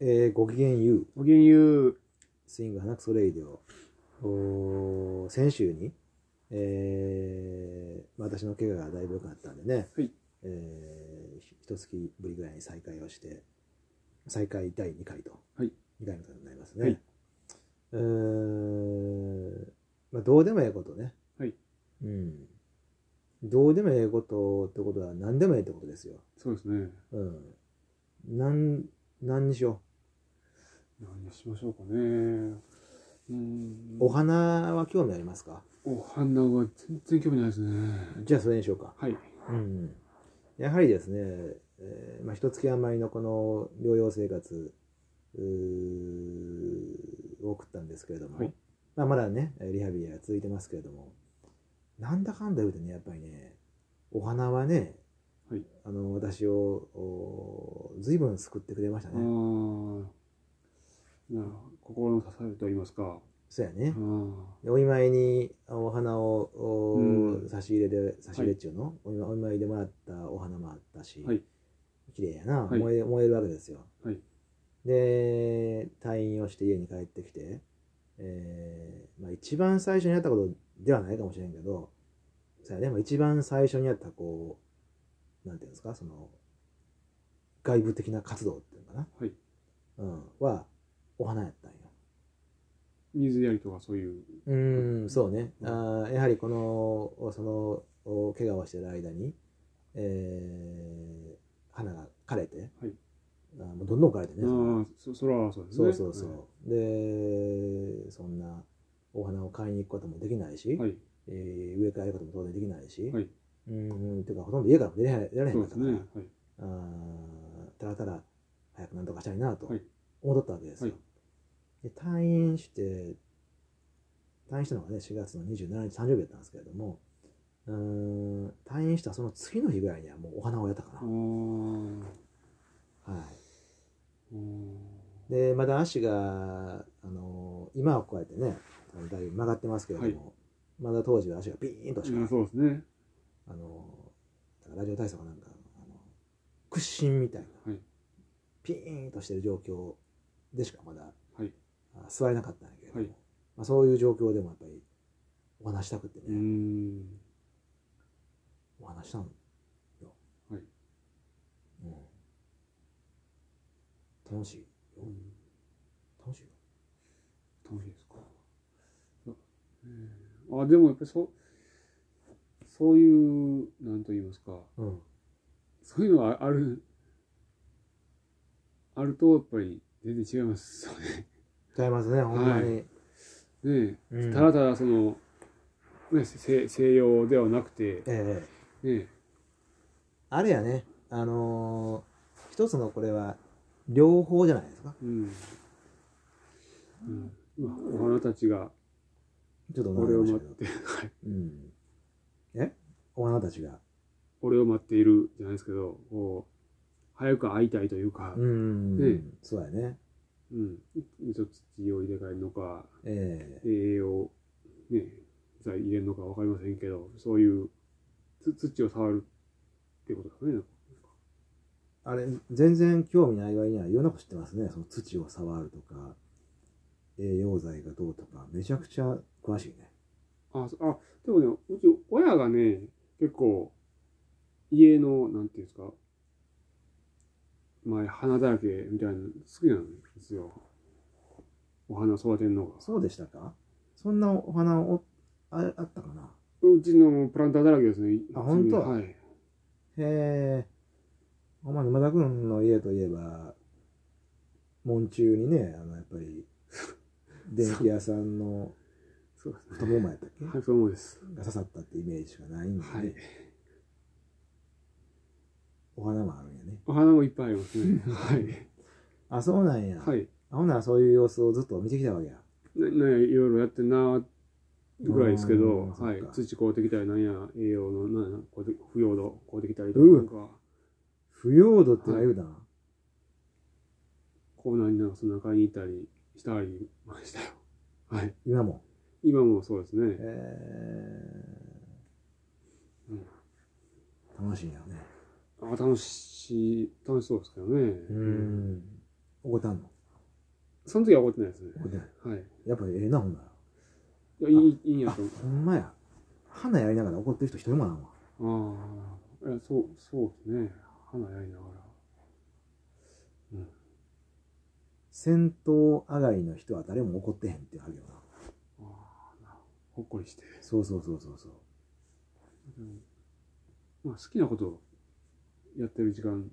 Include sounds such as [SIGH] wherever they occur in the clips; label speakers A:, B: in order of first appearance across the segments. A: えーごきげんゆ
B: ごきげんゆ
A: う、スイング花クソレイディオ。おー先週に、えーまあ私の怪我がだいぶ良くなったんでね、
B: はい
A: えーひ一月ぶりぐらいに再開をして、再開第2回と、
B: はい
A: 2回目となりますね。
B: はい
A: えーまあ、どうでもええことね。
B: はい
A: うん。どうでもええことってことは何でもええってことですよ。
B: う。そうですね。
A: うん。なん、何にしよ
B: 何にしましょうかね。うん。
A: う。お花は興味ありますか
B: お花は全然興味ないですね。
A: じゃあそれにしようか。
B: はい。
A: うん、やはりですね、えーまあ、一月余りのこの療養生活うーを送ったんですけれども、
B: はい
A: まあ、まだねえーリハビリが続いてますけれどもなんだかんだ言うとねやっぱりねお花はね、
B: はい
A: あの私をお随分救ってくれました
B: ああ。
A: ね。
B: なあ心の支えと言いますか。
A: そうやね、
B: ああ。
A: でお見舞いにお花をお
B: うん
A: 差し入れで差し入れっちゅうの、お見舞いお見舞いでもらったお花もあったし、
B: はい
A: 綺麗やな、
B: はい
A: 燃え燃えるわけですよ、
B: はい
A: で退院をして家に帰ってきて、えーまあ、一番最初にやったことではないかもしれんけどそうやね、まあ、一番最初にやったこうなんていうんですかその外部的な活動っていうのかな、
B: はい
A: うん、はお花やったんよ
B: 水やりとかそういう。
A: うーん、そうね。
B: うん
A: あーやはりこの、おその、お怪我をしてる間に、えー、花が枯れて、
B: はい
A: あーもうどんどん枯れてね。
B: ああ、そ、それはそうです
A: そ
B: ね。
A: うそうそう。で、そんなお花を買いに行くこともできないし、
B: はい。はい。
A: えー植え替えることも当然できないし、
B: はい。
A: うん、っていうかほとんど家から出られ出られへ
B: そ
A: ん
B: う
A: かった
B: です
A: から、
B: ね。はい。
A: あーたらたら早くなんとかしたいなと
B: はい
A: 思っとったわけですよ。
B: は
A: で退院して退院したのがね4月の27日誕生日だったんですけれどもうーん退院したその次の日ぐらいにはもうお花をやったか
B: あ
A: な、
B: あ。
A: は
B: うん
A: い、でまだ足が、あのー今はこうやってねあのだいぶ曲がってますけれども、まだ当時は足がピーンとし
B: いや
A: か、
B: そうですね。
A: あのーだからラジオ体操かなんか、あの屈伸みたいな
B: はい。
A: ピーンとしてる状況でしかまだ
B: はい。
A: あ座れなかったんだけれども、
B: はい
A: まあ、そういう状況でもやっぱりお話したくってね、
B: うん。
A: お話したのよ、
B: はい
A: うん、楽しいよ
B: うん
A: 楽しいよ
B: 楽しいですか。そうえーあ、でもやっぱりそう、そういう、なんと言いますか、
A: うん
B: そういうのがあある、あるとやっぱり全然違いますよね。 [LAUGHS]
A: 違いますねほんまに、
B: ねえ
A: うん
B: ただただその、ね、西西洋ではなくて、
A: ええ
B: ね
A: あれやねあのー一つのこれは両方じゃないですか
B: うん。うんまあ、お花たちが
A: ちょっと
B: 俺を
A: ま
B: 待
A: し
B: った
A: けど
B: て、はい
A: うんえお花たちが
B: 俺を待っているじゃないですけど、こう早く会いたいというか、
A: うん、
B: ええ
A: そうやね
B: うん、ちょっと土を入れ替えるのか、
A: ええ
B: 栄養、ね、剤入れるのか分かりませんけど、そういうつ土を触るってことですね。
A: あれ、全然興味ない割にはいろんなこと知ってますね。その土を触るとか、栄養剤がどうとか、めちゃくちゃ詳しいね。
B: あ、そあでもね、うち親がね、結構、家の、なんていうんですか、まあ、花だらけみたいなの好きなんですよ。お花育てるのが。
A: そうでしたかそんなお花をああったかな
B: うちのプランターだらけですね。
A: あ本当
B: はい。
A: へえ。お前、沼田君の家といえば、門中にね、あの、やっぱ
B: [LAUGHS]
A: り、電気屋さんの
B: そうですね。
A: 太ももやったっけが
B: はい、そう思うです。
A: 刺さったってイメージしかないんで、
B: はい。
A: お花もあるんやね。
B: お花もいっぱいありますね。はい。
A: あ、そうなんや。
B: はい。
A: あほんならそういう様子をずっと見てきたわけや。
B: ななんやいろいろやってんなぐらいですけ
A: うん
B: ど、はい
A: そっか、
B: 土こうてきたりなんや栄養のなんやこうて腐葉土こうてきたりとかなんか、
A: 腐葉土ってのは言うな。
B: コーナーになんかその中にいたりしたりましたよはい
A: 今も。
B: 今もそうです
A: え
B: ね
A: ー
B: うん
A: 楽しいんやろね。
B: あ楽しい楽しそうですけどね
A: うん。怒ってあんの
B: その時は怒ってないですね。
A: 怒ってない。
B: はい。
A: やっぱええな、ほんなら。
B: いや、いい、いいんや
A: あ
B: と思う。
A: ほんまや。花やりながら怒ってる人一人もなんわ。
B: ああ、いやそう、そうですね。花やりながら。
A: 戦闘上がりの人は誰も怒ってへんってあるよな。
B: ああ、なほっこりして。
A: そうそうそうそうそう。
B: まあ、好きなことをやってる時間っ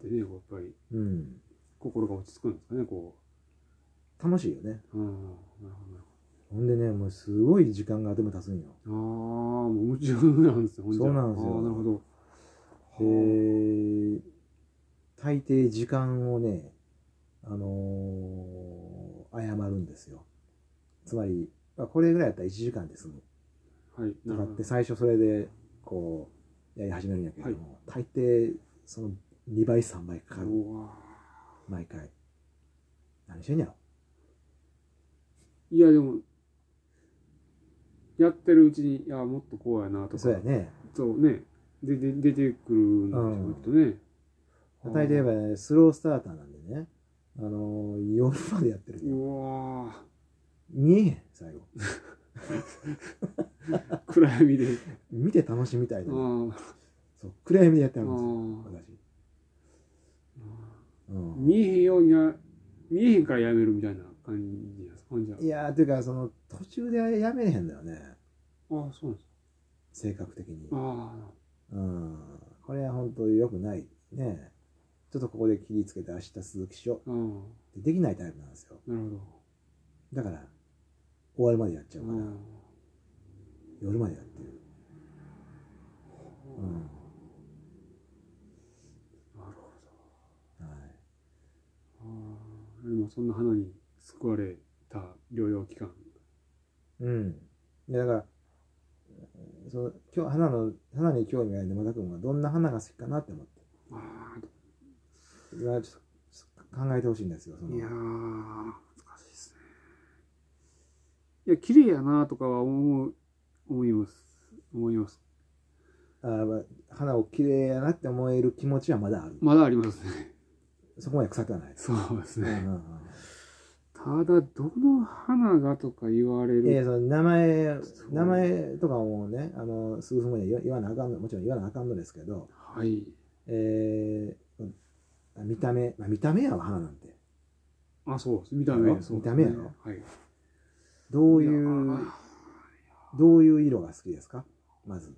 B: てね、こうやっぱり
A: うん。
B: 心が落ち着くんですかね、こ
A: 楽しいよね。
B: う。うん、なるほどなる
A: ほんでね、もうすごい時間が頭に経つんよ。
B: ほど。ああ、もう夢中なんですよ、ほじゃ
A: そうなんですよ
B: ああ、なるほど。は
A: で、大抵時間をね、あのー、誤るんですよ。つまり、あこれぐらいやったら1時間で済む。
B: あはい、
A: と
B: な
A: か
B: る
A: っ
B: ほ
A: て
B: ど。
A: 最初それで、こう、やり始めるんやけれども、大抵、その2倍、3倍かかる。
B: うわ
A: 毎回。何してんやろ。
B: いや、でも、やってるうちに、いや、もっとこうやなとか、
A: そうやね。
B: そうね、でで出てくるんでしょ
A: うん
B: う、きっとね。
A: 大抵言えばね、スロースターターなんでね、あのー、夜までやってると。
B: うわあ
A: 見えへん、最後。
B: 暗闇
A: [LAUGHS]
B: で。
A: 見て楽しみたい
B: あ
A: と思う。
B: ー
A: そう、暗闇でやって
B: あ
A: るん
B: ー。
A: ですよ、私。うん。
B: 見えへんようにな、見えへんからやめるみたいな感じなんですか、ほんじゃ。
A: いやー、ていうか、その、途中でやめれへんだよね。
B: ああ、そうなんです
A: 性格的に
B: か。。あ
A: うん。これは本当に良くない。ねちょっとここで切りつけて明日続きしよ
B: あ、ああ、
A: う。できないタイプなんですよ。
B: なるほど。
A: だから、終わるまでやっちゃうから、
B: あ
A: 夜までやってる。うん。
B: あ、なるほ
A: はい。
B: ど。ああ、でもそんな花に救われた療養期間。
A: うん。いやだから、うんその今日花の花に興味がある沼田君がどんな花が好きかなって思って、
B: ああ、
A: 今ちょっと考えてほしいんですよ。その
B: いやー、難しいですね。いや、綺麗やなとかは思う、思います。思います。
A: あーまあ花を綺麗やなって思える気持ちはまだある。
B: まだありますね。 [LAUGHS]
A: そこまで腐ってはないです。
B: そうです
A: うんう
B: ね。
A: ん
B: ただ、どの花がとか言われ
A: うんいや
B: る。
A: その名前
B: そう
A: 名前とかもねあの数分後には言わ言わなあかんのもちろん言わなあかんのですけど、
B: はい。
A: えーうん見た目、まあ、見た目やわ花なんて
B: あ、そうです。見た目。
A: やろ
B: そう
A: 見た目やろ
B: はい。
A: ど
B: こ
A: ういうどういう色が好きですかまず。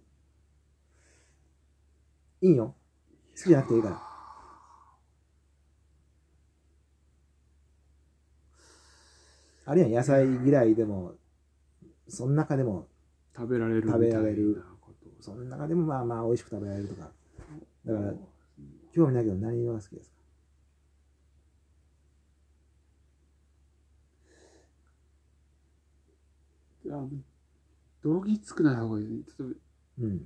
A: いいよ。好きじゃなくていいから。あるいは野菜嫌いでも、その中でも、
B: 食べられるみた
A: 食
B: いな
A: べられる
B: こと
A: その中でもまあまあ美味しく食べられるとか。だから
B: あ、
A: 興味ないけど何色が好きですか
B: どぎつくない方がいい。例えば
A: うん。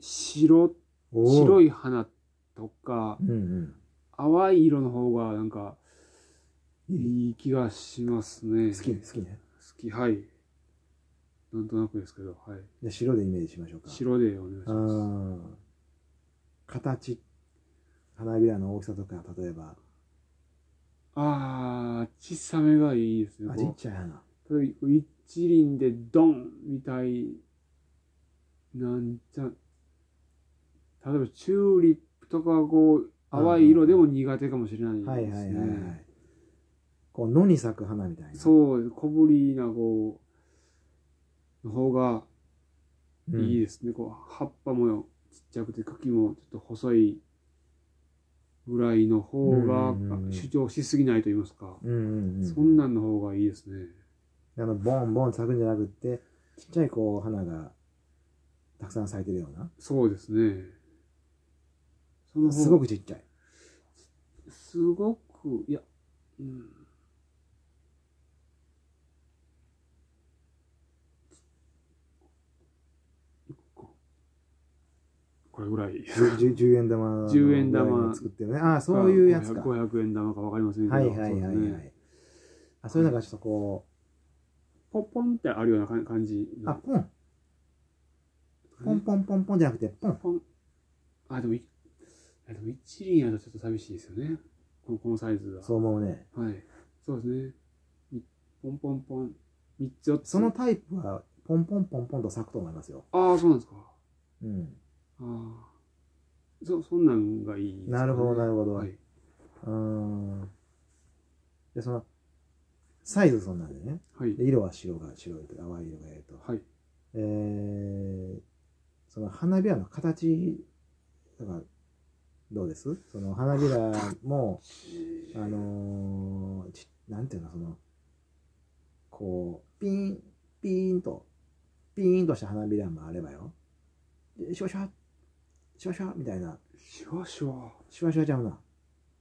B: 白、白
A: い。
B: い花とか、
A: うんうん。
B: 淡い色の方がなんか、いい気がしますね。
A: 好き、
B: 好
A: 好きね。
B: き、はい。なんとなくですけど、はい。
A: じゃあ白でイメージしましょうか。
B: 白でお願いし
A: う
B: ま
A: ん。形。花びらの大きさとか、例えば。
B: す。ああ、小さめがいいですね。
A: あ、
B: こ
A: ち
B: う
A: っちゃい花。
B: 例えば一輪でドンみたいなんちゃ例えばチューリップとかはこう淡い色でも苦手かもしれな
A: はいい
B: で
A: は
B: す
A: いはいは
B: ね
A: い。こう野に咲く花みたいな。
B: そう小ぶりなこうの方が
A: うん
B: いいですね、こう葉っぱもちっちゃくて茎もちょっと細いぐらいの方が
A: うんうんうん
B: 主張しすぎないと言いますか、
A: うんうんうん。
B: そんなんの方がいいですね
A: あのボンボン咲くんじゃなくって、ちっちゃいこう花がたくさん咲いてるような。
B: そうですねその方が
A: すごくちっちゃい。
B: すごく、いや、うん。これぐらい。
A: 10, 10円玉の
B: 10円玉
A: ぐらいの作ってるね。ああ、そういうやつか。は
B: 500円玉かわかりません
A: い
B: けど。
A: はいはいは
B: そ
A: い。
B: うですね
A: あ、そういうのがちょっとこ
B: ポンポンってあるような感感じ
A: う、
B: の。
A: あ、ポン。ポンポンポンポンじゃなくて、ポン。
B: ポン。あ、でもい、あでも一輪やとちょっと寂しいですよね。このこのサイズは。
A: そう思うね。
B: はい。そうですね。みポンポンポン。三つ四つ。
A: そのタイプは、ポンポンポンポンと咲くと思いますよ。
B: ああ、そうなんですか。
A: うん。
B: ああ。そ、そんなんがいいですかね、
A: なるほど、なるほど。
B: はい。
A: うーん。で、その、サイズそんなんでね。
B: はい
A: で。色は白が白いとか、淡い色がええと。
B: はい。
A: えー、その花びらの形とか、どうですその花びらも、あのーち、なんていうの、その、こう、ピーン、ピーンと、ピーンとした花びらもあればよ。でシュワシュワ、シュワシュワみたいな、
B: シュワシュワ。
A: シュワシュワちゃうな。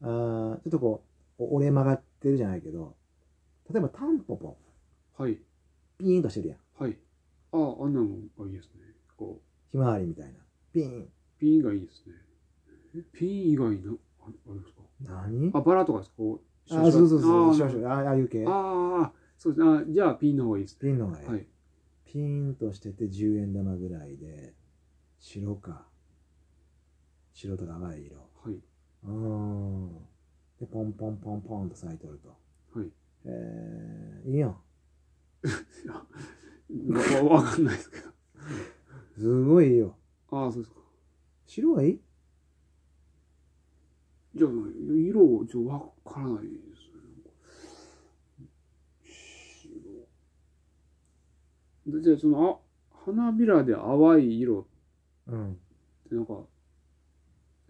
A: あーちょっとこう、お折れ曲がってるじゃないけど、例えばタンポポ、
B: はい。
A: ピーンとしてるやん。
B: はい。ああ、あんなのがいいですね。こう、
A: ひまわりみたいな。ピーン。
B: ピンがいいですね。えピン以外の、ああれですか
A: 何
B: あ、バラとかですかこう、シュ
A: あ、
B: ワシュ
A: そ
B: ワ
A: うそうそう、
B: あ
A: シ
B: ー
A: ュワシュワあああいう系。
B: ああ、そうですね。あじゃあ、ピンの方がいいです
A: ピンのがえ
B: ね。
A: え、
B: はい。
A: ピンとしてて10円玉ぐらいで、白か。白とか淡い色。
B: はい。
A: うーん。で、ポンポンポンポンと咲いとると。
B: はい。
A: えー、いいやん。
B: わわわかんないですけど。
A: すごいいいよ。
B: ああ、そうですか。
A: 白はいい
B: じゃあ、色をちょっとわからないですね。白。でじゃあ、その、あ、花びらで淡い色
A: うん。
B: って、なんか、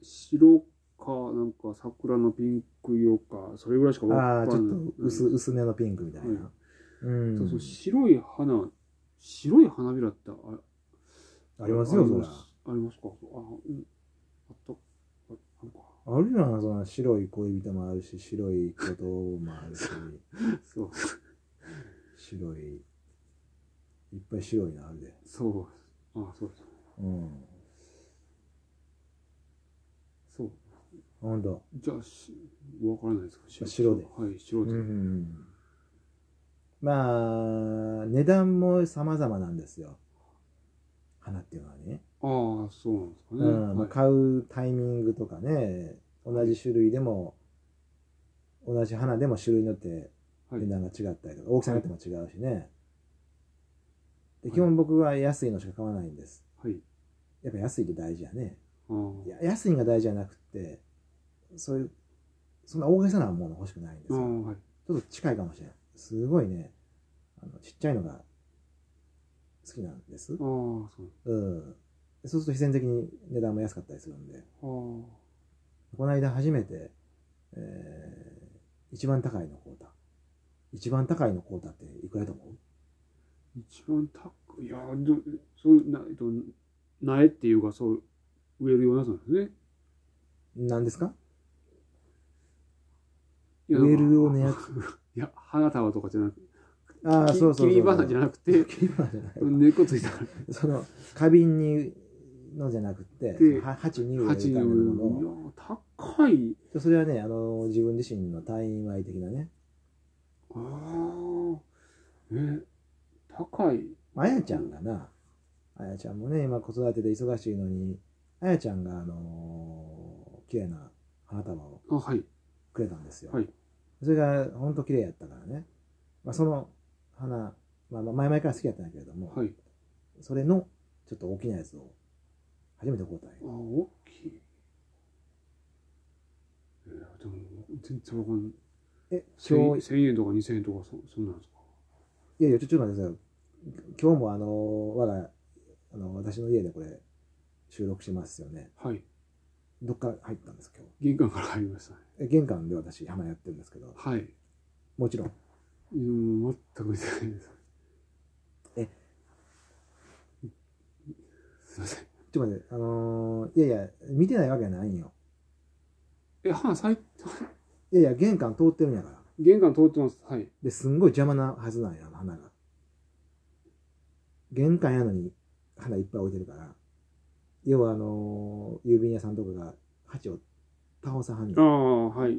B: 白か、なんか桜のピンク色か、それぐらいしか
A: ああ、
B: か
A: ちょ
B: ん
A: っ
B: ない。
A: と薄,、
B: うん
A: 薄めのピンクみたいな。
B: は
A: うん
B: そうそう、白い花、白い花びらってあれ
A: ありますよ、そ
B: あ
A: ら
B: り。ありますか。あ、うん。あった。ああるか。
A: あるやん、その白い恋人もあるし、白いこともあるし、
B: そう。
A: 白い、いっぱい白いのあるで。
B: そう。あ、そうです。
A: うん。
B: そう。
A: ほんと。
B: じゃあ、しわからないですか。白
A: 白で
B: はい、白で。
A: ん。まあ、値段も様々なんですよ。花っていうのはね。
B: ああ、そうなんですかね。
A: うん。
B: はい、
A: 買うタイミングとかね、同じ種類でも、同じ花でも種類によって
B: はい
A: 値段が違ったりとか、大きさによっても違うしね。で基本僕は安いのしか買わないんです。
B: はい。
A: やっぱ安いって大事やね。
B: あ
A: い
B: ー
A: や安いのが大事じゃなくって、そういう、そんな大げさなもの欲しくないんです
B: あ
A: よ。
B: ー、はい。
A: ちょっと近いかもしれない。すごいね、あのちっちゃいのが好きなんです。
B: ああ、そう。
A: うん。そうすると必然的に値段も安かったりするんで。
B: あ
A: この間初めて、えー、一番高いの買うた。一番高いの買うたっていくらやと思う
B: あ、一番高い。いやー、でもそういう、な、えっと、苗っていうか、そう、植えるようなやつなんですね。
A: 何ですか
B: いや
A: 植えるようなや
B: つ。いや、花束とかじゃなく
A: ああ、
B: き
A: そうそうそう。
B: 切り花じゃ
A: な
B: なくて、
A: 切り花じゃない。
B: 根っこついたら、
A: [LAUGHS] その、花瓶に、のじゃなくて、
B: で
A: は鉢に植えるた
B: 鉢
A: め
B: の
A: の
B: 上
A: もの
B: いやー、高い。
A: でそれはね、あの、自分自身の退院祝い的なね。
B: ああ、え、高い。
A: あやちゃんがな、あやちゃんもね、今子育てで忙しいのに、あやちゃんが、あのー綺麗な花束を
B: あ、はい。
A: くれたんですよ。
B: はい
A: それが、ほんと綺麗やったからね。まあ、その花、まあ、まあ前々から好きやったんだけれども、
B: はい。
A: それの、ちょっと大きなやつを、初めて交代
B: あ、。大きい。えー、でも、全然わかんない。
A: え、今
B: 千
A: 日、
B: 千円とか二千円とか、そ、そんなんですか。
A: いやいや、ちょ、ちょっと待ってください。今日もあのー我が、あの、私の家でこれ、収録してますよね。
B: はい。
A: どっから入ったんです、今
B: 玄関から入りましたね。
A: 日。え玄関で私、花やってるんですけど、
B: はい。
A: もちろん、
B: うん、全く見てないです。
A: え。
B: すいません。
A: ちょっと待って、あのーいやいや、見てないわけないんよ。
B: え、花咲い、
A: いやいや、玄関通ってるんやから。
B: 玄関通ってます。はい。
A: で、すんごい邪魔なはずなんや、花が。玄関やのに花いっぱい置いてるから。要は、あのー郵便屋さんとかが鉢を倒さはん
B: あ
A: の。
B: あ、はい。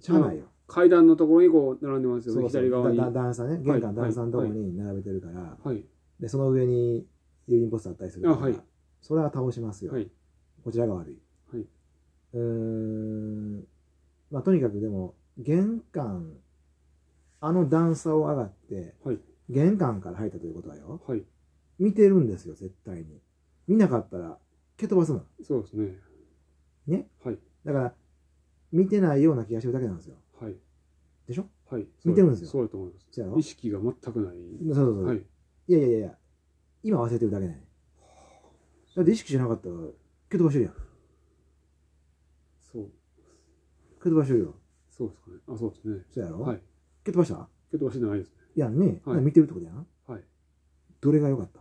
A: しゃあないよ。
B: 階段のところにこう並んでますよね。
A: そうそう
B: 左側に。
A: だだ
B: は
A: 段差ね。玄関段差のとこに並べてるから。
B: い。
A: で、その上に郵便ポストあったりするから。
B: あはい
A: それは倒しますよ。
B: はい。
A: こちらが悪い。
B: はいう
A: ーん。まあ、とにかくでも、玄関、あの段差を上がって、
B: はい
A: 玄関から入ったということだよ。
B: はい。
A: 見てるんですよ、絶対に。見なかったら、蹴飛ばすもん。
B: そうですね。
A: ね
B: はい。
A: だから、見てないような気がしてるだけなんですよ。
B: はい。
A: でしょ
B: はい。
A: 見てるんですよ
B: そうだと思います。
A: そうやろ
B: 意識が全くない。
A: そうそうそう。、
B: はいい。
A: やいやいやいや、今忘れてるだけね。だって意識しなかったら、蹴飛ばしてるやん。
B: そう。
A: 蹴飛ばしてるよ。
B: そうですかね。あ、そうですね。
A: そうやろ、
B: はい。
A: 蹴飛ばした
B: けど、してないですね。
A: いやんね。
B: はい
A: 見てるってことやん。
B: はい。
A: どれが良かった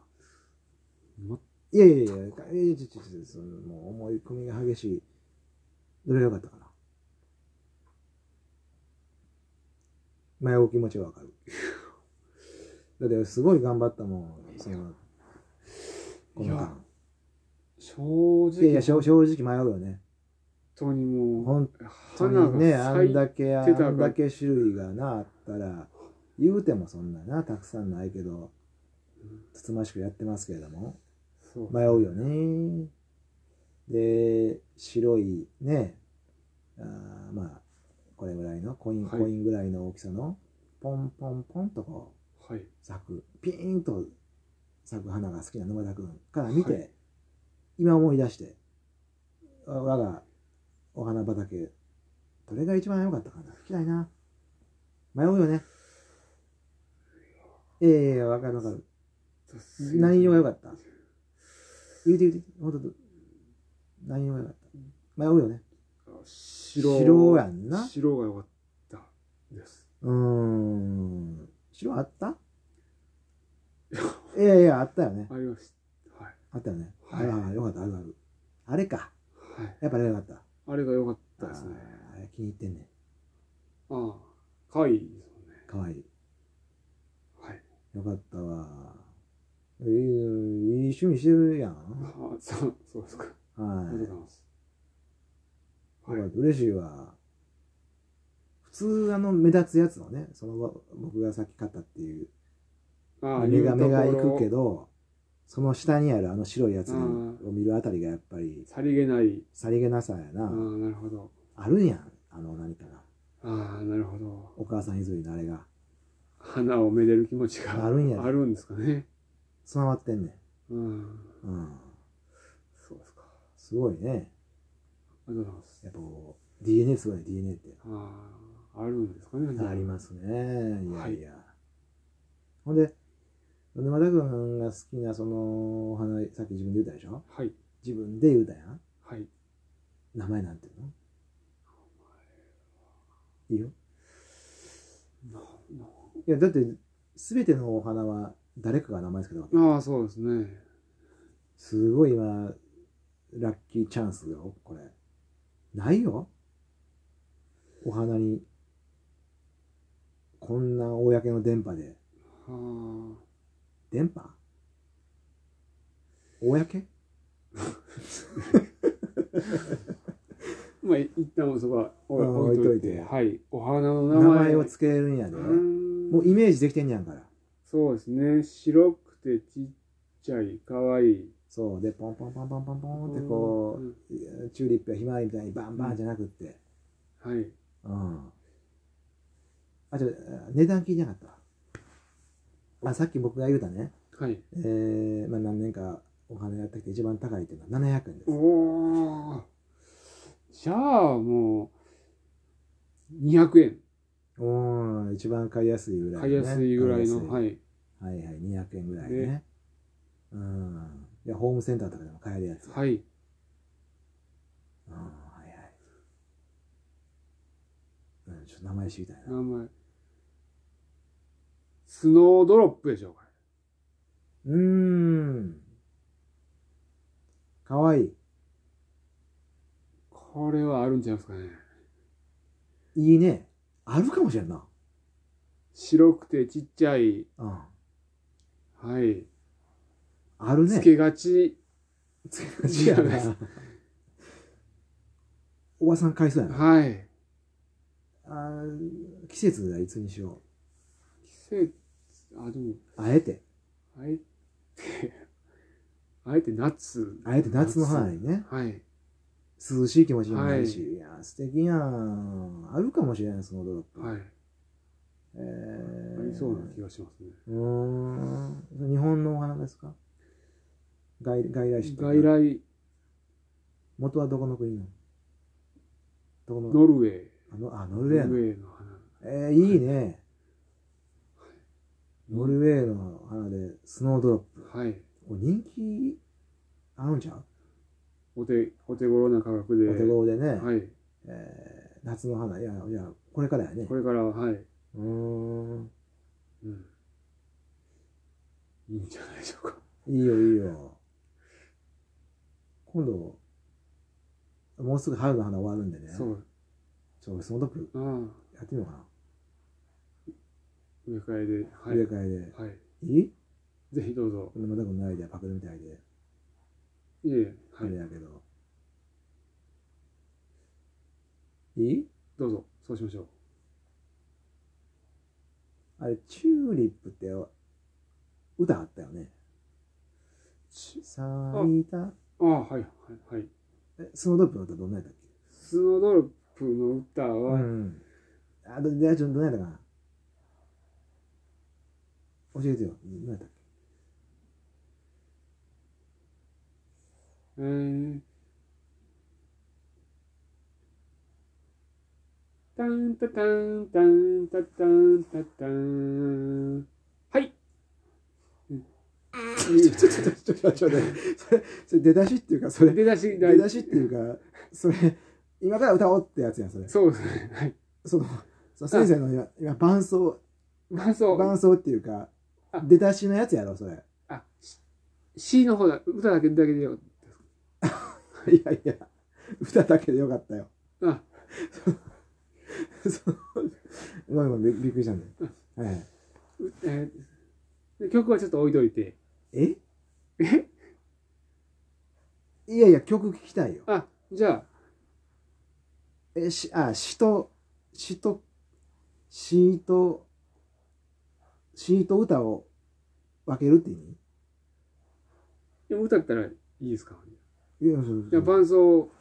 B: ま、
A: いやいやいや、えーちょちょちょそのもう思い込みが激しい。どれが良かったかな迷う気持ちはわかる。だってすごい頑張ったもん、その、この間。
B: 正直、
A: いやいや、正正直迷うよね。
B: 本当にもう、
A: 本当
B: 花
A: にね、
B: が
A: あ
B: 咲
A: ん
B: いて
A: だけ、あ
B: 咲いてた
A: んだけ種類がな、あったら、言うてもそんなな、たくさんないけど、つつましくやってますけれども。
B: そう
A: 迷うよね。で、白いね、あーまあ、これぐらいの、コイン、
B: はい
A: コインぐらいの大きさの、ポンポンポンとこ
B: はい。
A: う、咲く、ピーンと咲く花が好きな沼田くんから見て、
B: は
A: 今思い出して、あ我がお花畑、どれが一番良かったかな聞きたいな。迷うよね。ええわかるわかる。何色が良かった言うて言うて、ほんとど、何色が良かった迷うよね。
B: 白。
A: 白やんな
B: 白が良かったです。
A: うーん。白あったいやいや、あったよね。
B: ありました。はい。
A: あったよね。
B: はい
A: ああ、よかった、あるある。あれか。
B: はい。
A: やっぱあれが良かった。
B: あれが良かったですね。
A: あーあれ気に入ってんね。
B: ああ。可愛いですもんね。
A: かわいい。
B: はい。
A: よかったわ。いいいい趣味してるやん。
B: あ
A: は
B: あ、そう、そうですか。ありがとうござい
A: い。
B: ます。
A: よ
B: は
A: か
B: い
A: っ。た嬉しいわ。普通、あの、目立つやつをね、その、僕がさっき買ったっていう
B: ああ、
A: 目が目が
B: 言う
A: 行
B: ところ
A: くけ。どその下にあるあの白いやつ
B: うん
A: を見るあたりがやっぱり
B: さりげない。
A: さりげなさや
B: あ
A: な、
B: あ、なるほど。
A: あるんやんあの何かが
B: ああ、なるほど。
A: お母さん譲りのあれが
B: 花をめでる気持ちが
A: あるんや
B: あるんですかね。
A: 備わってんね
B: うん。
A: ん、うん、
B: そうですか。あ
A: すごいね
B: りがとうございます
A: や。っぱこう DNA すごいね DNA って
B: ああ、あるんですかね。
A: ありますねいや
B: はい
A: いや、ほんで沼田君が好きなそのお花さっき自分で言ったでしょ
B: す。はい。
A: 自分で言うたやん
B: はい。
A: 名前なんていうのいいよ
B: なない
A: やだって全てのお花は誰かが名前つけたわけ
B: ああ、そうですね。
A: すごい今ラッキーチャンスよこれないよお花にこんな公の電波で
B: ああ。
A: 電波公
B: まあ、い一旦そこはお
A: うん
B: 置いとい
A: 置いとい
B: て。
A: て
B: はい。お花の名
A: 名
B: 前
A: 前をつけるんや
B: う
A: で、
B: ん
A: もうイメージできてんねやんから
B: そうですね。白くてちっちゃい、かわいい。
A: そうでポンポンポンポンポンポンってこ
B: うん
A: うチューリップやひまわりみたいにバンバンじゃなくって
B: はい。
A: うんあ、ちょ、値段聞いてなかった。あ、さっき僕が言うたね、
B: はい。
A: えー、まあ何年かお花やってきて一番高いっていうのは700円です。
B: おーじゃあもう200円
A: おー、一番買いやすいぐらい、
B: 買いやすいぐらいの、
A: は。
B: はいい
A: はいはい、200円ぐらいね。うん。いや、ホームセンターとかでも買えるやつ。い。
B: はい
A: うん、はいはい。うん、ちょっと名前知りたい
B: 名
A: な。
B: 前スノードロップでしょこ
A: うーん。かわいい。
B: れこれはあるんちゃいますかね
A: いいね。あるかもしれんな。
B: 白くてちっちゃい
A: うん。
B: はい
A: あるね。
B: つけがち
A: つけ口 [LAUGHS] や
B: 違う
A: な。おばさん買いそうやな。
B: はい
A: あー季節はいつにしよ
B: 季節あでも
A: う。あえて。
B: あえて [LAUGHS] あえて夏
A: あえて夏の花にね。
B: はい
A: 涼しい気持ちにもなるし、い、やー、素敵やん。あるかもしれない、スノードロップ。
B: はい。
A: えー、
B: ありそうな気がしますね。
A: うーん。日本のお花ですか外外来種とか
B: 外来、
A: 元はどこの国なのどこの
B: ノルウェー。
A: あのあノ
B: ノ
A: ルウェー
B: ル
A: の。
B: ウェーの花。
A: えー、いいね。ノルウェーの花でスノードロップ。
B: はい。
A: これ人気あるんちゃう
B: お手、お手頃な価格で。
A: お手頃でね、
B: はい。
A: えー夏の花、いやいや、これからやね
B: こ。れからは、はい。
A: うーん。
B: うん。いいんじゃないでしょうか。
A: いいよ、いいよ。今度、もうすぐ春の花終わるんでね。
B: そ。う。
A: ちょ、そのドップ
B: ああ。
A: やってみようか
B: 植え替えで。
A: な。
B: はい。
A: 植え替えで。
B: はい。
A: いい
B: ぜひどうぞ。
A: これまたこのアイデアパクるみたいで、
B: いえいえ。
A: あ
B: は
A: れ
B: い。
A: やけど。いい
B: どうぞ。そうしましょう。
A: あれ、チューリップって、歌あったよね。
B: ち
A: さあ、見た。
B: ああ、はい。はい。はい。
A: え、スノードップの歌どんなんやったっけ
B: スノードロップの歌は、
A: うん。あ、ど、で、ちょっと、どうやったかな教えてよ。どうやったっけ
B: えー。タンタタンタンタタンタタン。はい。
A: [LAUGHS] ちょ、ちょ、ちょ、ちょ、ちょ、ちょ、それ、それ出だしっていうか、それ、
B: 出だし
A: 出
B: 大
A: だしっていうか、それ、今から歌おうってやつやん、それ。
B: そうですね。はい。
A: その、その先生の今、今、伴奏、
B: まあそう。
A: 伴奏っていうか
B: あ、
A: 出だしのやつやろ、それ。い
B: あ、し C の方だ。歌だけだけでよ。
A: やいや、歌だけでよかったよ。
B: あ、
A: そのごめんごめん、びびっくりしたんだよ。はい。
B: うえー曲はちょっと置いといて。
A: え
B: え
A: いやいや、曲聞きたいよ。
B: あ、じゃあ、
A: え、し、あ、しと、しと、しと、しと歌を分けるって意味
B: でも歌ったらいいですか
A: いや、そう
B: じゃあ伴奏、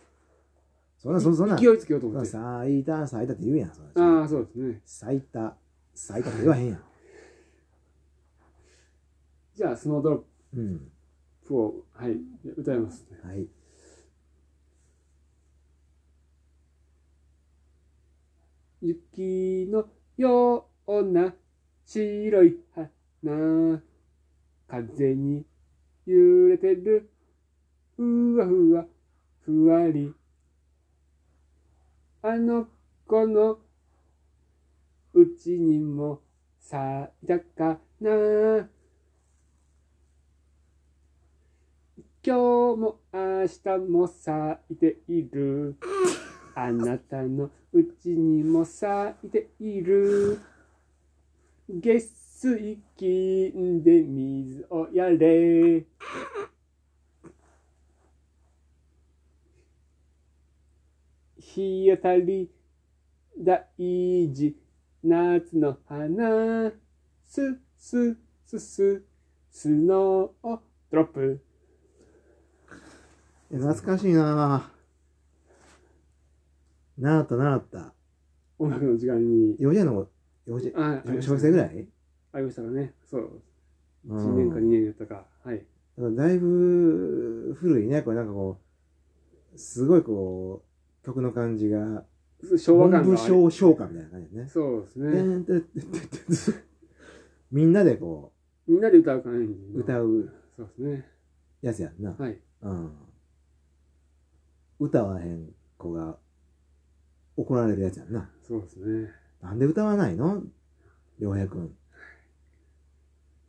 A: そんな、そんな、そんな、
B: 勢いつけようと思って。
A: 咲いた、咲いたって言うやん、そんな
B: ああ、そうですね。
A: 咲いた、咲いたって言わへんやん。
B: じゃあ、スノードロ
A: うん。
B: ップを、はい、歌いますね。
A: はい。
B: 雪のような白い花風に揺れてるふわふわふわりあの子のうちにも咲いたかな今日も明日も咲いているあなたのうちにも咲いている月水金で水をやれ日当たり大事夏の花すすすすスノードロップ
A: え懐かしいなぁ。習った、習った。
B: 音楽の時間に
A: 幼児の、幼児、
B: あ
A: 小小学生ぐらい
B: ありましたかねそう
A: う
B: 1年か2
A: ん。
B: 年やったかはい
A: だいぶ古いね、これなんかこう、すごいこう、曲の感じが、
B: 昭和感
A: 文
B: が
A: 部
B: あり
A: 省唱歌みたいな感じだね。
B: そうです
A: て
B: ね。
A: んてんてんてんてんてんみんなでこ
B: みんなで歌う感じ。
A: う、歌う
B: そうですね。
A: やつやんな。
B: はい。
A: うん。歌わへん子が怒られるやつやんな。
B: そうですね。
A: なんで歌わないの良平くん。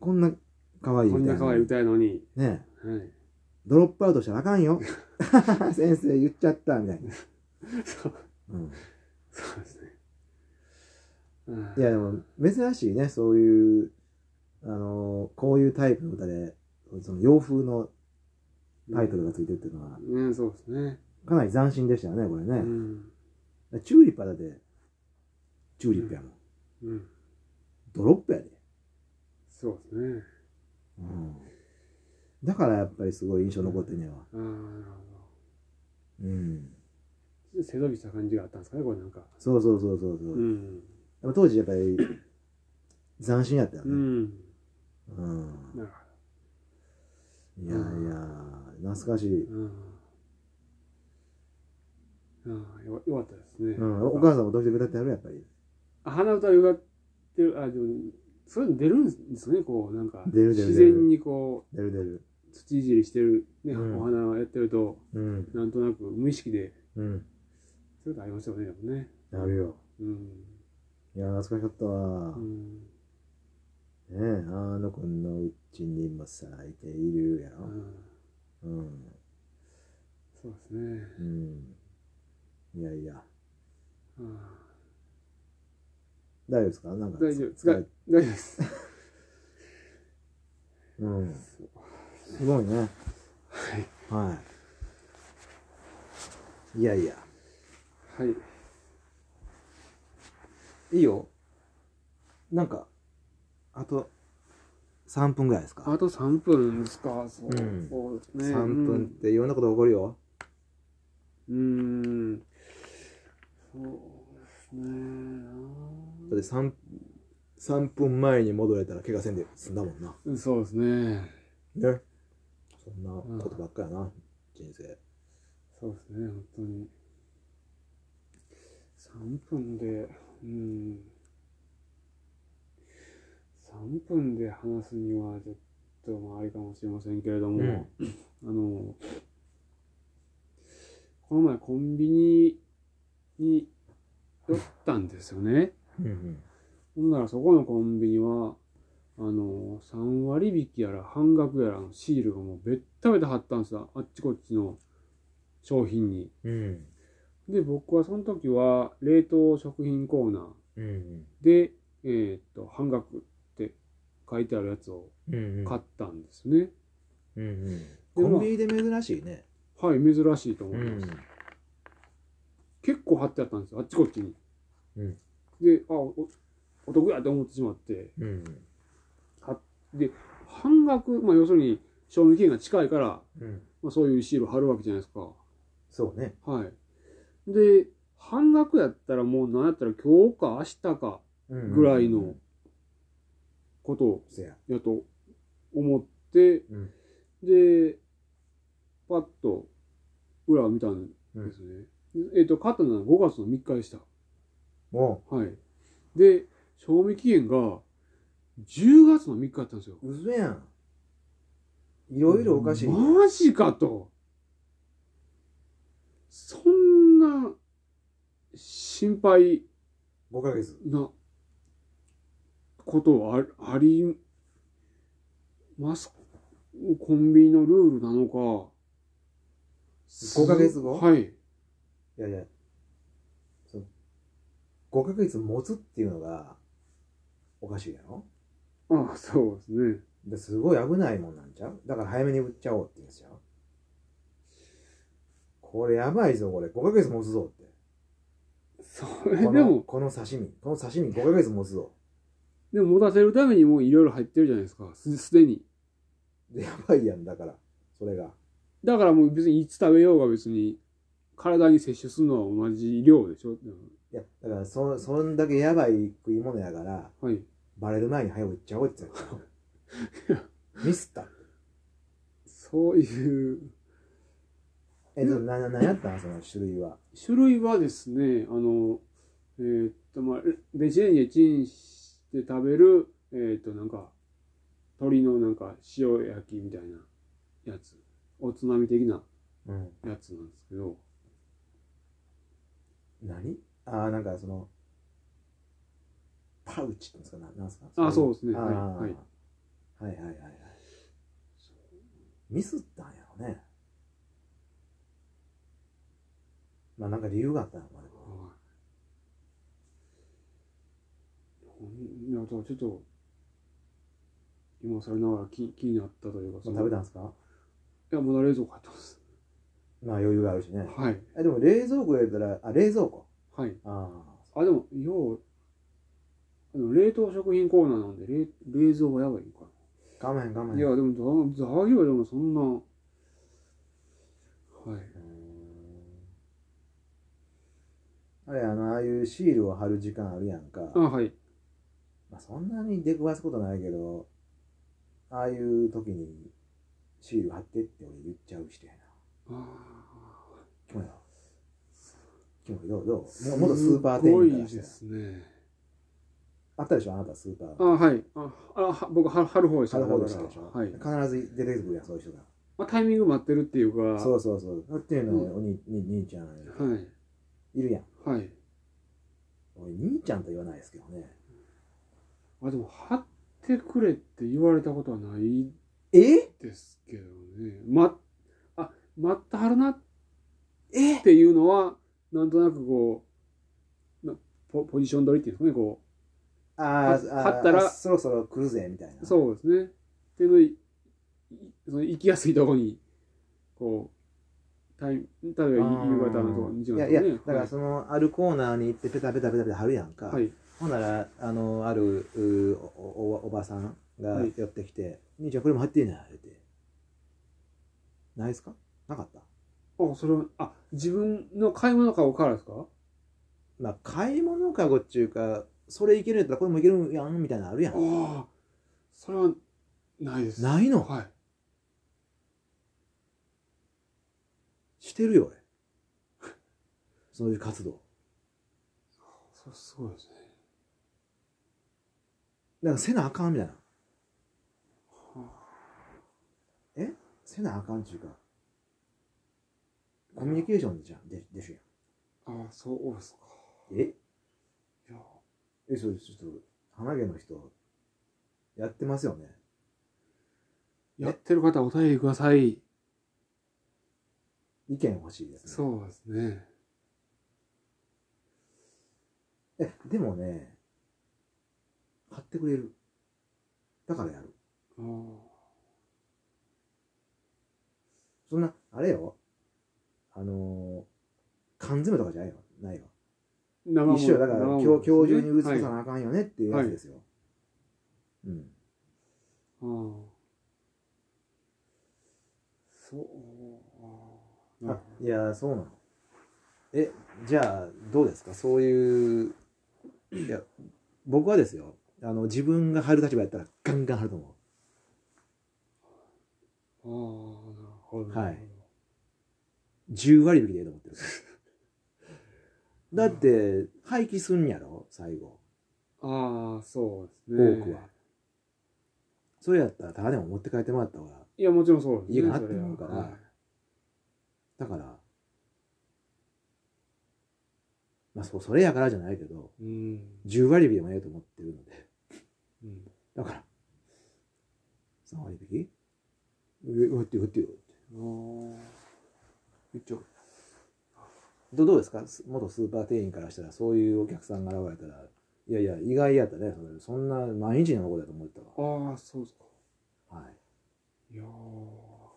A: こんな可愛い
B: こんな可愛い歌やのに。
A: ねえ
B: はい。
A: ドロップアウトしたらあかんよ。 [LAUGHS] 先生言っちゃった、みたいな。
B: そう
A: うん。
B: そうですね。ああ
A: いや、でも、珍しいね、そういう、あのーこういうタイプの歌で、その洋風のタイトルがついてるっていうのは、
B: うん、そうですね。
A: かなり斬新でしたよね、これ
B: う
A: ね。
B: ん。
A: チューリップはだって、チューリップやもん。
B: うん。
A: ドロップやで。
B: そうですね。
A: うん。だからやっぱりすごい印象残ってんねえわ。
B: ああ、なるほ
A: うん。
B: 背伸びした感じがあったんですかね、これなんか。
A: そうそうそうそうそう
B: う。ん。
A: やっぱ当時やっぱり、斬新やったよ
B: う
A: ね。
B: ん。
A: うん。
B: なる
A: いやいや、懐かしい
B: ほ。ど。うん。ああ、よよかったですね。
A: うん。お母さんも時々歌ってやるやっぱり。
B: あ鼻歌歌ってる、あ、でも、そういうの出るんですよね、こう、なんか。
A: 出る出る
B: 自
A: 出る
B: 然にこ
A: 出る出る。
B: う、土いじりしてる、ね、
A: うん
B: お花をやってると、
A: うん。
B: なんとなく無意識で、
A: うん。
B: そういうのありましたよね、でもね。
A: やるよ。
B: うん。
A: いや、懐かしかったわ
B: う。ん。
A: ねえ、あの子のうちにも咲いているや
B: う
A: ろ。
B: ん
A: うん。
B: そうですね。
A: うん。いやいや。
B: ああ
A: 大丈夫ですかなんか。
B: 大丈夫。使い大丈夫です。
A: うん。すごいね。
B: はい。
A: はい。いやいや。
B: はい。
A: いいよ。なんか、あと、3分ぐらいですか。
B: あと3分ですか。そ
A: う
B: う,、
A: ん
B: そうですね。
A: 3分っていろんなこと起こるよ。
B: うん。うーん。そうですね。
A: だって3、3分前に戻れたら怪我せんで済んだもんな。
B: うんそうですね。
A: ね。そんなことばっかやな、人生。
B: そうですね、本当に。3分で、うん。3分で話すには、ちょっと、まあ、あれかもしれませんけれども、あの、この前コンビニに寄ったんですよね。
A: うん
B: ほんならそこのコンビニは、あの、3割引きやら半額やらのシールがもうべったべた貼ったんですよ。あっちこっちの商品に。
A: うん。
B: で、僕はその時は冷凍食品コーナー
A: うん。うん。
B: で、えーっと、半額って書いてあるやつを
A: うん
B: 買ったんですね。
A: うんうん。
B: で
A: コ
B: も
A: ンビニで珍しいね。
B: はい、珍しいと
A: う
B: 思います。
A: ん。
B: 結構貼ってあったんですよ、あっちこっちに。
A: うん
B: で、あお、お得やと思ってしまって。
A: うん。
B: 半額、まあ要するに賞味期限が近いから、
A: うん。
B: まあ、そういうシール貼るわけじゃないですか。
A: そうね。
B: はい。で、半額やったらもう何やったら今日か明日かぐらいの。こと
A: せや。
B: やと思って、
A: うん
B: で、パッと裏を見たんですね。えっ、と、買ったのは5月の3日でした。
A: も
B: はい。で、賞味期限が10月の3日だったんですよ。
A: う、嘘やん。いろいろおかしい。
B: マジかと。そんな心配
A: 5ヶ月。
B: なことはあありますコンビニのルールなのか。す
A: 5ヶ月後
B: はい。
A: いやいや、その、5ヶ月持つっていうのが、おかしいやろ
B: ああそうですね。
A: ですごい危ないもんなんちゃうだから早めに売っちゃおうって言うんですよ。これやばいぞ、これ。5ヶ月持つぞって。
B: そ
A: え
B: れでも、
A: この刺身。この刺身5ヶ月持つぞ。
B: でも持たせるためにもういろいろ入ってるじゃないですか。すすでに。
A: で、やばいやん、だから。それが。
B: だからもう別にいつ食べようが別に体に摂取するのは同じ量でしょ。
A: いや、だから、そ、そんだけやばい食い物やから、
B: はい。
A: バレる前に早く売っちゃおうって言ってたの [LAUGHS] ミスった。
B: そういう
A: え、でもな、な、何やったんその種類は。
B: 種類はですね、あの、えーっと、まあ、レ電子レンジでチンして食べる、えーっと、なんか、鶏のなんか塩焼きみたいなやつ、おつまみ的な
A: うん。
B: やつなんですけど、
A: 何ああ、なんかその、パウチって言うんですかななんですか
B: あー
A: い
B: そうですね
A: あー
B: は
A: はいい
B: は
A: は
B: い
A: いはいはい。ミスったんやろね。まあなんか理由があったのかな。
B: はい。ほんいや、だからちょっと、今更ながら気気になったというか、
A: もう食べたん
B: い
A: ですか
B: や、まだ冷蔵庫入ってます。
A: まあ余裕があるしね。
B: はい。
A: えでも冷蔵庫入れたら、あ、冷蔵庫。
B: はい。
A: あ
B: あ、でも、よう、あの冷凍食品コーナーなんで、冷冷蔵はやばいんかな。
A: あ。我慢我慢。
B: いや、でも、ざわぎはでもそんな、はい。
A: うーんあれ、あの、ああいうシールを貼る時間あるやんか。
B: あはい。
A: まあ、そんなに出くわすことないけど、ああいう時にシール貼ってって俺言っちゃう人やな。
B: あ
A: キモいな。キモい、どうどう
B: ー
A: も元スーパー
B: すご
A: 店員か
B: い
A: らした
B: で
A: ら。
B: すね。
A: あったでしょあなたスーパー。
B: あはい。あ、あは僕は、貼る方でした。
A: カルフォルしたでしょ、
B: はい。
A: 必ず出てくるやん、そういう人が。
B: まあ、タイミング待ってるっていうか、。
A: そううそうそう。だっていうの、おにに兄ちゃん、
B: はい。
A: いるやん。
B: はい。
A: 俺、兄ちゃんと言わないですけどね。
B: あ、でも、貼ってくれって言われたことはない
A: え
B: ですけどね。ま、あ、待ってはるなっ
A: え
B: ていうのは、なんとなくこう、なポポジション取りっていうんですかね、こ
A: あーあー、
B: 貼ったら
A: あそろそろ来るぜ、みたいな。
B: う。そうですね。っていうのをい、いその行きやすいとこに、こう、タイム、例えば夕
A: あー
B: 方のとか、2時
A: い
B: 間
A: や
B: と
A: いや、
B: かね。
A: だからその、あるコーナーに行ってペタペタペタペタ貼るやんか。
B: はい。はい。
A: ほんなら、あの、ある、うおおおばさんが
B: はい
A: 寄ってきて、兄ちゃんこれも入ってんじゃないって。ないですかなかった
B: あ、それは、あ、自分の買い物かおからですか
A: まあ、買い物かごっちゅうか、それいけるんやったらこれもいけるやん、みたいなのあるや
B: あ
A: ん。
B: あ、それは、ないです。
A: ないの、
B: はい。
A: してるよ、俺。 [LAUGHS] そういう活動。
B: それすごいですね。
A: だからせなあかん、みたいな。
B: は
A: えせなあかんちゅうか。コミュニケーションじゃん、ででし
B: ああ、そうですか。
A: ょやん。え
B: いや、
A: え、そうです。ちょっと、鼻毛の人、やってますよね。
B: やってる方お便りください。
A: 意見欲しいですね。
B: そうですね。
A: え、でもね、買ってくれる。だからやる。
B: ああ
A: そんな、あれよ。あのー缶詰とかじゃないよ。ないよ。
B: 生もの
A: 一緒よ。だから、
B: 生もの
A: 今日、今日中
B: です
A: に
B: ね
A: 売りつけさ
B: はい
A: なあかんよねっていうやつですよ。うん。
B: ああそう。
A: あ
B: ああ、
A: いや、そうなの。え、じゃあ、どうですかそういう、いや、僕はですよ。あの、自分が貼る立場やったら、ガンガン貼ると思う。
B: ああ、なるほど。
A: はい10割引きでええと思って
B: [LAUGHS]
A: る。だって、廃棄すんやろ最後。
B: ああ、そうです
A: 多
B: ね。
A: くは。それやったら、ただでも持って帰ってもらった方が、
B: いや、もちろんそうです
A: いい
B: ね。
A: かなって
B: それは
A: 思うから
B: はい
A: だから、まあそ、それやからじゃないけど、
B: うん。
A: 10割引きでもええと思ってるので。
B: うん
A: だから、3割引きえ、売ってよ、売ってよ。
B: ああ一応。
A: どどうですかす元スーパー店員からしたら、そういうお客さんが現れたら、いやいや、意外やったね。それそんな毎日のことだと思ってたわ。
B: ああ、そうですか。
A: はい。
B: いやー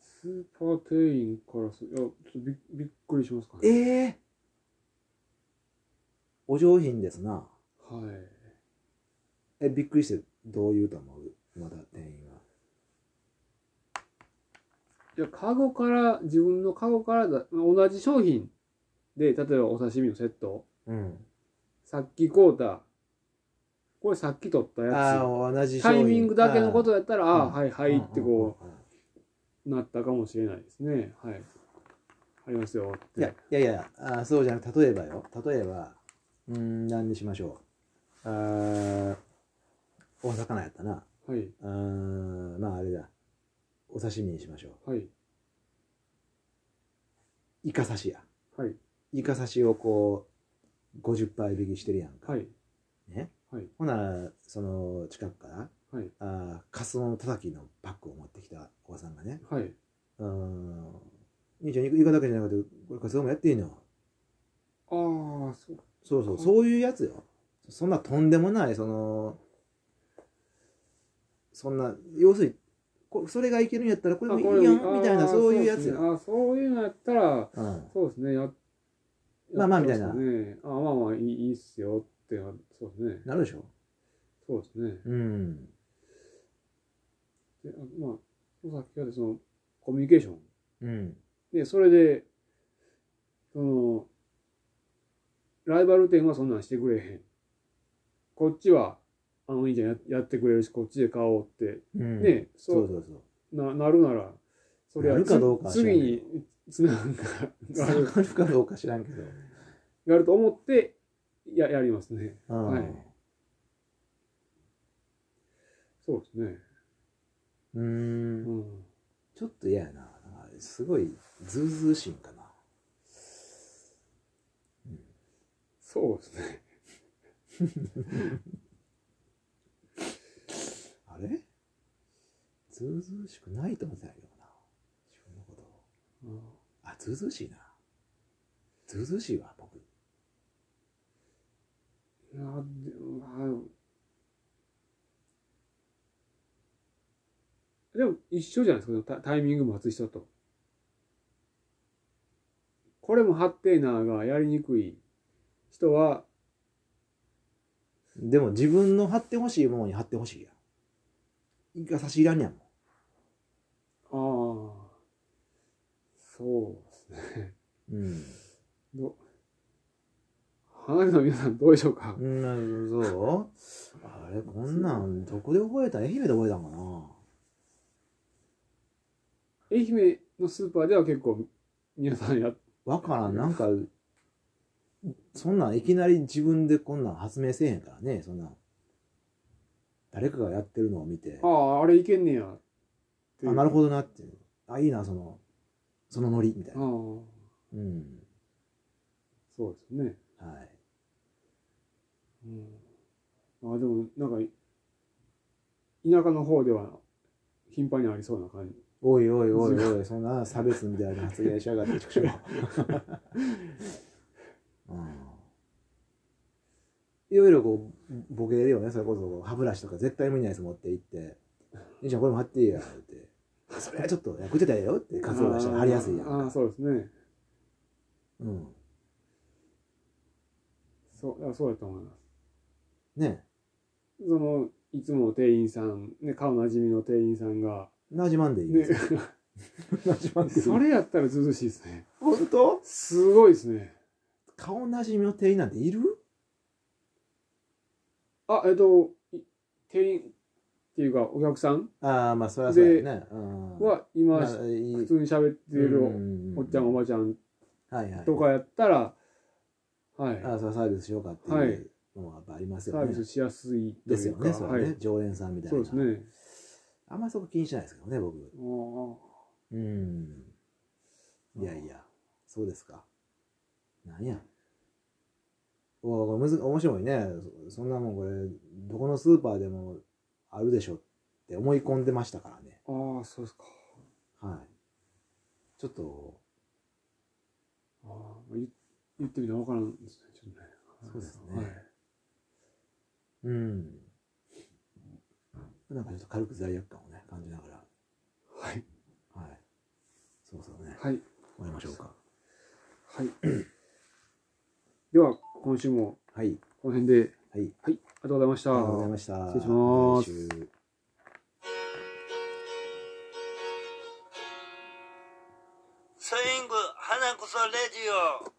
B: スーパー店員からす、いや、ちょっとびびっくりしますかね。
A: ええお上品ですな。
B: はい。
A: え、びっくりして、どう言うと思うまだ店員は。
B: いや、カゴから、自分のカゴからだ、同じ商品で、例えばお刺身のセット、
A: うん。
B: さっき買うた、これさっき取った
A: あ
B: や
A: あ、同じ
B: つ、
A: 商
B: タ
A: 品
B: イミングだけのことやったら、あ
A: あ
B: あ
A: うん
B: はいはいってこ
A: うんうんうん
B: う、なったかもしれないですね。はい。ありますよっ
A: いや
B: て。
A: いやいやあーそうじゃなくて例えばよ例えばうーん何にしましょうあーお魚やったな
B: はい。
A: あーまああれだお刺身にしましょ
B: はい。
A: うイカ刺しや
B: はい。
A: イカ刺しをこう50杯引きしてるやんか、
B: はい。
A: ね
B: はい。
A: ほならその近くから
B: はい。
A: あーカツオのたたきのパックを持ってきたおばさんがね
B: はい。
A: 「うーん兄ちゃんイカだけじゃなくてこれカツオもやっていいの?」
B: ああ、そう。
A: そうそう、
B: はい
A: そういうやつよ。そんなとんでもない、その、そんな、要するに、こそれがいけるんやったらこれも
B: あ
A: い
B: これ
A: いやんみたい
B: あ
A: な、
B: ー
A: そういうやつ
B: そうですね
A: よ。
B: あーそういうのやったら、
A: うん
B: そうですね。や
A: まあまあ
B: やって
A: みたいな
B: すね、あーまあまあいいいいっすよってな、そうですね。
A: なるでしょ
B: そうですね。
A: うん。
B: であまあ、さっきからそのコミュニケーション。
A: うん。
B: で、それで、その、ライバル店はそんなんしてくれへん。こっちは、あの、いいじゃんや、やってくれるし、こっちで買おうって。
A: うん
B: ね、
A: そ
B: そうう
A: そうそう。
B: な、なるなら、それ
A: なるかどうかは知らん
B: 次
A: けど
B: に、つなんか、
A: な
B: が
A: るかどうか知らんけど。
B: やると思って、や、やりますね。
A: うん
B: [LAUGHS] はいそうですね。
A: うー。
B: うんん。
A: ちょっと嫌やな。なんかすごい、ズうずうしいんかな。
B: そうですね。
A: あれズうずうしくないと思ってたけどな。自分のことを。
B: うん
A: あ、ずうずうしいな。ずうずうしいわ、僕。
B: いや、でも、あでも一緒じゃないですか、タタイミング待つ人と。これもハッテーナーがやりにくい人は、
A: でも自分の貼ってほしいものに貼ってほしいやん。いいか差し入らんやんもん。
B: ああ、そうですね。
A: うん。
B: ど花火の皆さんどうでしょうか
A: うん、そうあれ、こんなん、どこで覚えた愛媛で覚えたんかな。
B: 愛媛のスーパーでは結構皆さんやっ
A: わからん、なんか、そんなんいきなり自分でこんなん発明せえへんからね、そんなん。誰かがやってるのを見て、
B: ああ、あれいけんねや。っていう
A: あ、なるほどなっていう。あ、いいな、その、そのノリ、みたいな。
B: ああ、
A: うん。
B: そうですね。
A: はい。
B: うん、あでもなんか田舎の方では頻繁にありそうな感じ
A: おいおいおいおい、そんな差別みたいな発言しやがって、畜生。
B: [LAUGHS]
A: うんいろいろこう、ボケれるよね、それこそ。歯ブラシとか絶対無理ないです、持って行って。兄ちゃん、これも貼っていいや、って。あそれはちょっと、役立てたらええよって、活動出したら貼りやすいや
B: あーあー
A: んか。
B: そうですね
A: うん。
B: そうあそうだと思います
A: ね
B: そのいつもの店員さん、ね、顔なじみの店員さんが、
A: なじまんでいい
B: ね
A: [LAUGHS] です。、なじまんでいい。
B: それやったらずうずうしいですね
A: 本当
B: すごいですね
A: 顔なじみの店員なんている
B: あえっとい店員っていうかお客さん
A: ああ、まあ、そりゃそうやね。うん。
B: は
A: ま
B: 今、
A: あ、い
B: 普
A: い
B: 通に喋ってるおおっちゃんお
A: ば
B: ばちゃん
A: はいはい。
B: とかやったらはい、
A: あそうサービスしようかって
B: はい
A: いうのはやっぱあります
B: サ
A: よ
B: ー
A: ね。
B: ビスしやすいというか
A: ですよね、それはね、
B: はい
A: 常連さんみたいな。
B: そうですね
A: あんまりそこ気にしないですけどね、僕。
B: あ
A: うん。いやいや、そうですか。なんや。おこれむず面白いねそ。そんなもんこれ、どこのスーパーでもあるでしょって思い込んでましたからね。
B: ああ、そうですか。
A: はい。ちょっと、
B: ああ、言言ってみたらわからんですね、ちょっとね。
A: そうですねうん。なんかちょっと軽く罪悪感をね、感じながら。
B: はい。はい。
A: はい。そうそうね。
B: はい。
A: 終わりましょうか。
B: はい。では、今週も
A: はい。
B: この辺で、
A: はい。
B: はい。ありがとうございました。
A: ありがとうございました。
B: 失礼しま
A: 来
B: す
A: 週
C: スイング花こそレディオ